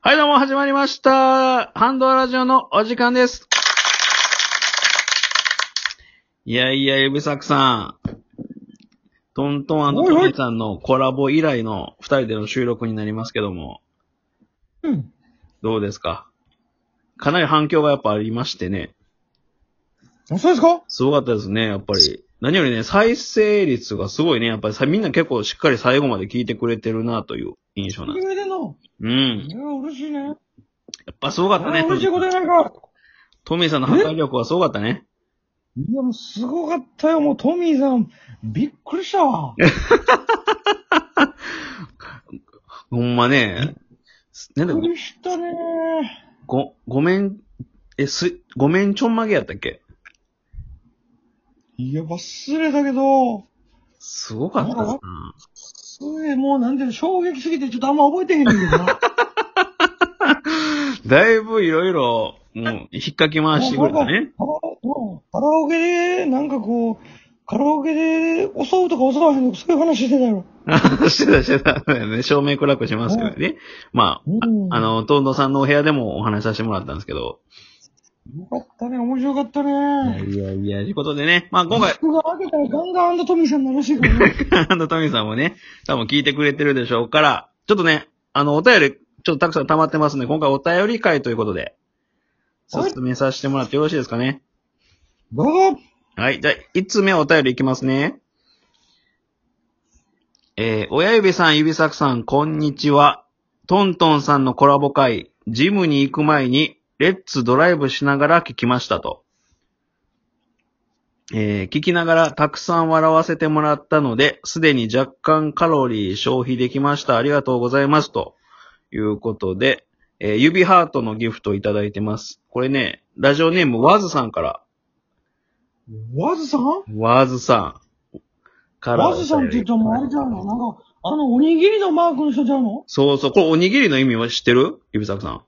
はい、どうも、始まりました。ハンドアラジオのお時間です。いやいや、指作さん。トントンおいおトいニーさんのコラボ以来の二人での収録になりますけども、うん。どうですかかなり反響がやっぱありましてね。あそうですかすごかったですね、やっぱり。何よりね、再生率がすごいね。やっぱりさ、みんな結構しっかり最後まで聞いてくれてるなという印象なんで上での。す。ういん。や、嬉しいね。やっぱすごかったねあ。嬉しいことやないか。トミーさんの破壊力はすごかったね。いや、もうすごかったよ。もうトミーさん、びっくりしたわ。ほんまね。なんだびっごくりしたね。ご、ごめん、え、す、ごめんちょんまげやったっけいや、忘れたけど、すごかったっすな。すげえ、もうなんていうの衝撃すぎて、ちょっとあんま覚えてへんねんけどな。だいぶいろいろ、もう、引っかき回してくれたね。カラオカラオケで、なんかこう、カラオケで襲うとか襲わへんとか、そういう話してたよ。 してた、してた。ね、照明暗くしますけどね。まうんあ、あ、の、東野さんのお部屋でもお話しさせてもらったんですけど。よかったね、面白かったいやね。いやいや、ということでね、まあ今回、 服が開けたらガンガンとトミーさんの話が、ね。あの、トミーさんもね、多分聞いてくれてるでしょうから、ちょっとね、あの、お便り、ちょっとたくさん溜まってますんで、今回お便り会ということで、はい進めさせてもらってよろしいですかね。どうぞはい、じゃあ、1つ目お便りいきますね。えー親指さん、指作さん、こんにちは。トントンさんのコラボ会、ジムに行く前に、レッツドライブしながら聞きましたと。えー聞きながらたくさん笑わせてもらったので、すでに若干カロリー消費できました。ありがとうございます。ということで、えー指ハートのギフトいただいてます。これね、ラジオネームワズさんからわずさんワーズさんから。ワズさんって言ったらもうあれちゃうのなんか、あのおにぎりのマークの人ちゃうのそうそう。これおにぎりの意味は知ってる指作さん。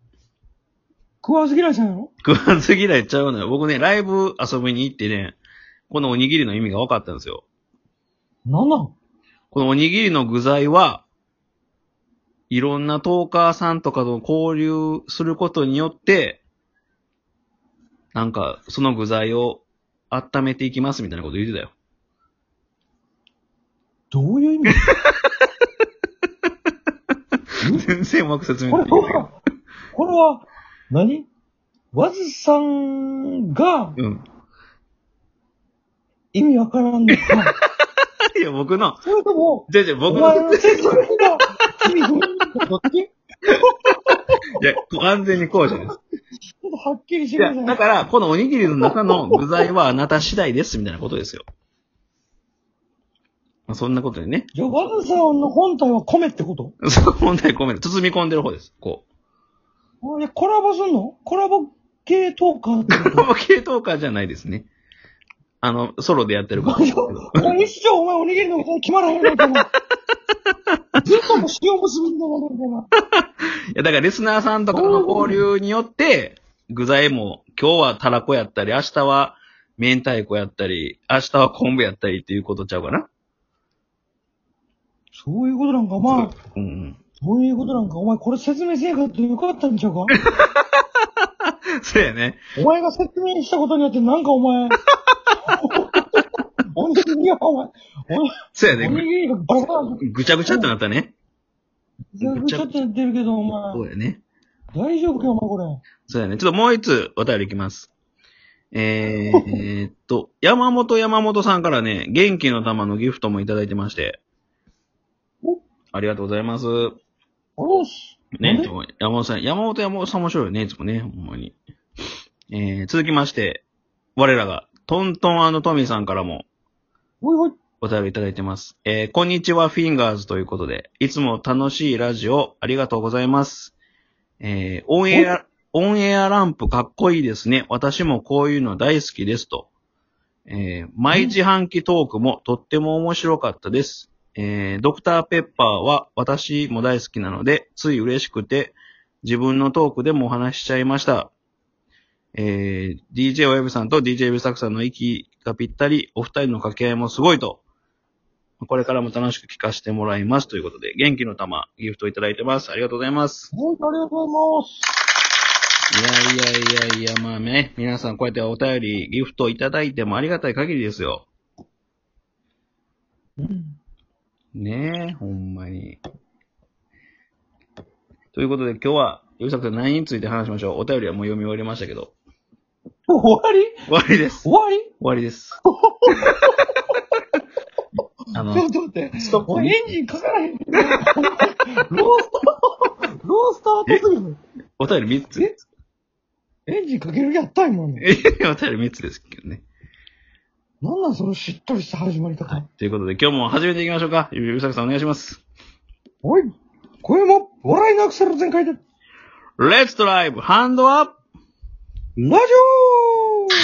食わず嫌いさんやろ食わず嫌いちゃうのよ。僕ね、ライブ遊びに行ってね、このおにぎりの意味が分かったんですよ。なんなんこのおにぎりの具材は、いろんなトーカーさんとかと交流することによって、なんか、その具材を温めていきますみたいなこと言ってたよ。どういう意味全然うまく説こ明れできない。は、これは、何ワズさんがうん。意味わからんのか。いや、僕の、それとも、じゃあじゃあお僕の前、の説明が意味不明かどっちちいや、完全に後者です。ょっとはっきりいしてくだや、さい。だから、このおにぎりの中の具材はあなた次第です、みたいなことですよ。まあそんなことでね。 じゃあ、ワズさんの本体は米ってことそう、問題ごめん。包み込んでる方です。こう。いや、コラボすんのコラボ系トーカーってここの系統化じゃないですね。あの、ソロでやってるから。ともう一生お前おにぎりのこと決まらへんのかな。ずっともう塩結びみたいになるから。いや、だからリスナーさんとかの交流によって、具材も、今日はたらこやったり、明日は明太子やったり、明日は昆布やったりっていうことちゃうかな。そういうことなんか、まあ、うんうん。そういうことなんか、お前これ説明せえかってよかったんちゃうかそうやね。お前が説明したことによってなんかお前、おにぎりがお前、そうやおね。にぎりがバカバぐぐちゃぐちゃってなったね。カちょっとやってるけど、おそう前、やね。大丈夫かお前これ。そうだね。ちょっともう一つお便りいきます。えーえーっと、山本山本さんからね、元気の玉のギフトもいただいてましてお。ありがとうございます。おっす。ね、なんででも山本さん、山本山本さん面白いよね、いつもね、ほんまに。えー、続きまして、我らが、トントントミーさんからもおいおい。お便りいただいてます。えー、こんにちは、フィンガーズということで、いつも楽しいラジオ、ありがとうございます。えー、オンエア、オンエアランプかっこいいですね。私もこういうの大好きですと。えー、毎自販機トークもとっても面白かったです。えー、ドクターペッパーは私も大好きなので、つい嬉しくて、自分のトークでもお話ししちゃいました。えー、DJ 親指さんと DJ 指作さんの息がぴったり、お二人の掛け合いもすごいと。これからも楽しく聞かせてもらいます。ということで、元気の玉、ギフトいただいてます。ありがとうございます。本当ありがとうございます。いやいやいやいや、まあね、皆さんこうやってお便り、ギフトいただいてもありがたい限りですよ。ねえ、ほんまに。ということで、今日は、吉作さん何について話しましょうお便りはもう読み終わりましたけど。終わり終わりです。終わり終わりです。あちょの、っと待って。ストップ俺エンジンかからへん。ロースター、ロースターとするの。お便り3つ。えエンジンかけるやった今の。え、 お便り3つですけどね。なんなんそのしっとりした始まり方。ということで、今日も始めていきましょうか。ゆうさくさんお願いします。おい、これも笑いのアクセル全開で、ラジ Let's drive! ハンドアップオー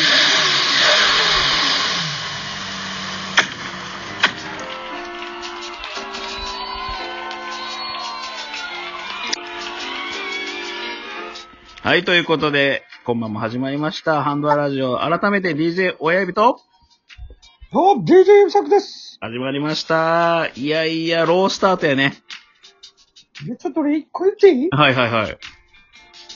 はい、ということで、今晩も始まりました。ハンドアラジオ。改めて DJ 親指とどうも DJ ゆきさくです。始まりました。いやいや、ロースタートやね。いやちょっと俺一個言っていいはいはいはい。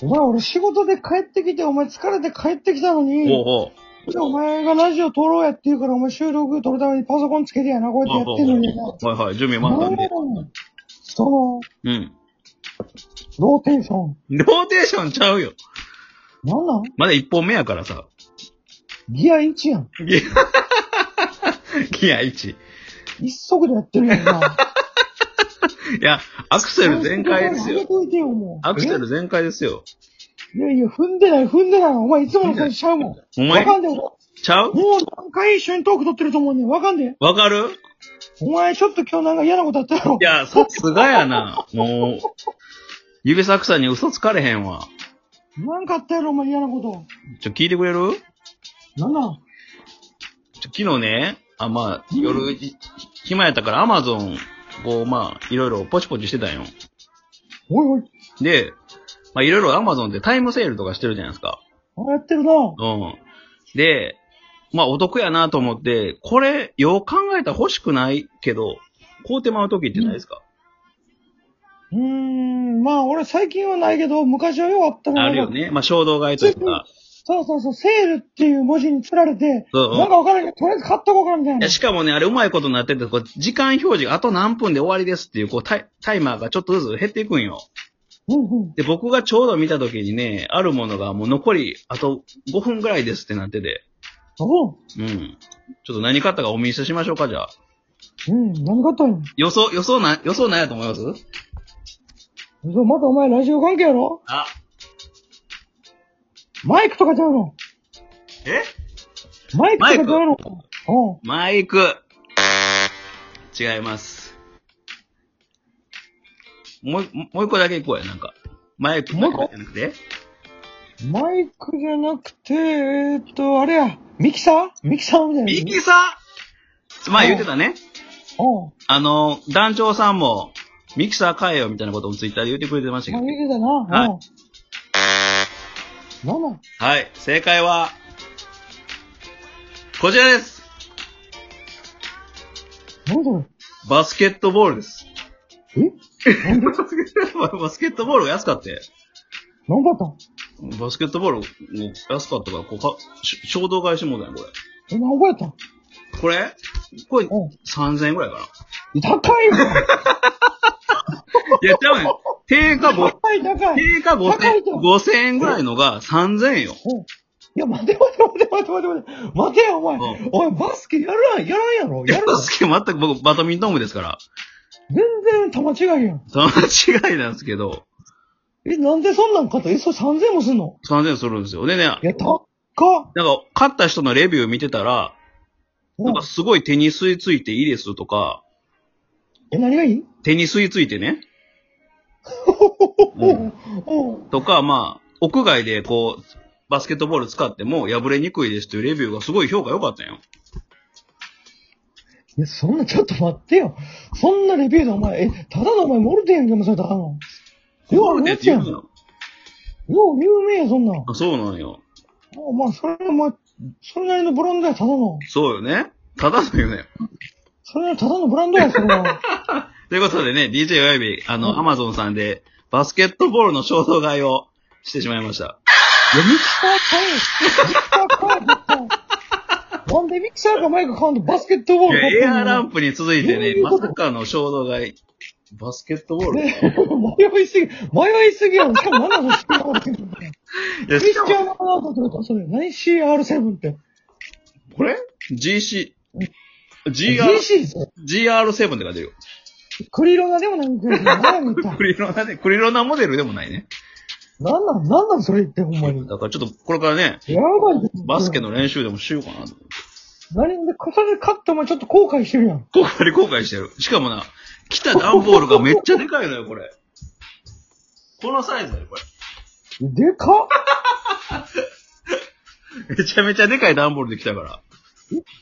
お前俺仕事で帰ってきて、お前疲れて帰ってきたのに、おうおう。お前がラジオ撮ろうやって言うから、お前収録撮るためにパソコンつけてやな、こうやってやってんのにな。はいはい、準備万端で。もうその、うん。ローテーション。ローテーションちゃうよ。なんなんまだ1本目やから さ。ギア1やん。ギア1。い一足でやってるや んな。アクや、アクセル全開です上げよ。といてよ、もう。アクセル全開ですよ。えいやいや、踏んでない、踏んでない。お前いつもの感じちゃうもおん。わ前、かんねえ。もちゃうう何回一緒にトーク撮ってると思うねん。わかんねわかるえ。お前ちょっと今日なんか嫌なことあったやろい。や、さすがやな。もう、指作さんに嘘つかれへんわ。なんかあったやろ、お前嫌なこと。ちょ、聞いてくれるなんなんちょ昨日ね、あ、まあ、夜、ひ暇やったから、アマゾン、こう、まあ、いろいろポチポチしてたんよ。おいおい。で、まあ、いろいろアマゾンでタイムセールとかしてるじゃないですか。あやってるな。うん。で、まあ、お得やなと思って、これ、よう考えたら欲しくないけど、買うてまう時ってないですか、うーん、まあ俺最近はないけど、昔はよかったな。あるよね。まあ、衝動買いというか。そうそうそう、セールっていう文字に釣られて、そううんなんかわからんけど、とりあえず買っとこうかなみたいいなや、。しかもね、あれうまいことになってて、こう時間表示があと何分で終わりですっていう、こうタイ、タイマーがちょっとずつ減っていくんよ。うんうん。で、僕がちょうど見た時にね、あるものがもう残りあと5分ぐらいですってなってて。おう。うん。ちょっと何買ったかお見せしましょうか、じゃあ。うん、何買ったんや。予想、予想な、予想なんやと思いますそうまたお前ラジオ関係やろあ、マイクとかちゃうのえマイクとかちゃうマのおうマイク。違います。もう、もう一個だけ行こうや、なんか。マイクだけじゃなくて。マイクじゃなくて、えーっと、あれや、ミキサーミキサーみたいな。ミキサー前言ってたね。おう。あの、団長さんも、ミキサー買えよみたいなことをツイッターで言ってくれてましたまあ、けど。言うてたな。はいおう。なんなんはい、正解は、こちらです。何そバスケットボールです。 れえバスケットボールが安かったよ何だったんバスケットボールも安かったから、こうか、し衝動買いしてもうたんや、こえ、何覚えたんれ。これこれおう。 3000円ぐらいかな。高いわいや、多分、定価5、高い高い。定価高い5000、と5000円ぐらいのが3000円よ。おいや、待て待て待て待て待て待て。待てよ、お前う。お前、バスケやらん、やらんやろ。やる バスケ全く僕、バドミントン部ですから。全然球違いやん。その違いなんですけど、え、なんでそんなん買ったえ、それ3000もすんの3000円するんですよ。でね、いや、高っ。なんか、勝った人のレビュー見てたら、うなんんかすごい手に吸い付いていいですとか、え、何がいい手に吸い付いてね、おううんん。おとか、まあ、屋外でこう、バスケットボール使っても破れにくいですというレビューがすごい評価良かったんよ。いや、そんな、ちょっと待ってよ。そんなレビューでお前、え、ただのお前、モルテンでもそれ高いの。ようあるやつやん。よのう有名や、そんなん。あそうなんよ。お前、それ、お前、それなりのブランドや、ただの。そうよね。ただのよね。それはただのブランドやん、それ は。ということでね、DJ 親指、あの、アマゾンさんで、バスケットボールの衝動買いをしてしまいました。いや、ミキサー買えミキサー買え絶対なんでミキサーかマイク買うんとバスケットボーいルや買エアーランプ。プに続いてどういね、うまことさかの衝動買い。バスケットボールい迷いすぎ、迷いすぎやろ。しかも何なの ?CR7 って。や、クリしスかチも、ャン・ロナウドってことそれ。何 CR7 って。これ ?GC、GR、 GC ですよ GR7 って書いてるよ。クリロナでもない んだけど、何やねん一体クリロナで、クリロナモデルでもないね。何なん、何なんそれ言って、ほんまに。だからちょっと、これからね、やばいですバスケ。の練習でもしようかなと。何で、これで勝ったお前ちょっと後悔してるやん。後悔後悔してる。しかもな、来た段ボールがめっちゃでかいのよ、これ。このサイズだよ、こでかっれ。めちゃめちゃでかい段ボールで来たから。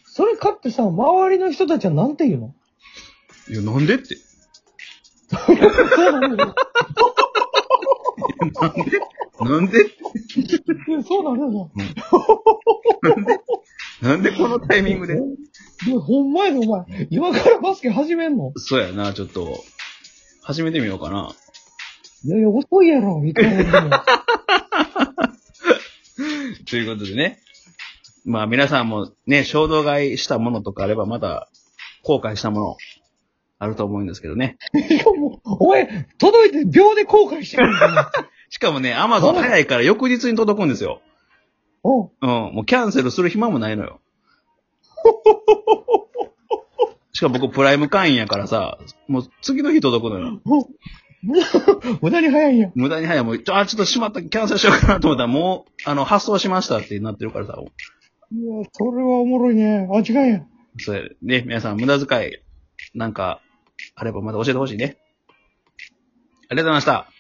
それ買ってさ、周りの人たちはなんて言うのいや、なんでって。そうなんだよ。なんで なんでいやそうなんだよ。なんでこのタイミングでいや、ほんまやで、お前。今からバスケ始めんのそうやな、ちょっと、始めてみようかな。いやいや、遅いやろ、いくらでも。ということでね。まあ皆さんもね、衝動買いしたものとかあればまた後悔したものあると思うんですけどね。しかも、お前、届いて秒で後悔してるんだよ。しかもね、アマゾン早いから翌日に届くんですよ。おうん、もうキャンセルする暇もないの よ。しかも僕プライム会員やからさ、もう次の日届くのよ。お無駄に早いやん。無駄に早いもう、ちょ、あ、ちょっとしまった、キャンセルしようかなと思ったらもう、あの、発送しましたってなってるからさ、いや、それはおもろいね。あ、違うやん。それ、ね、皆さん無駄遣い、なんか、あればまた教えてほしいね。ありがとうございました。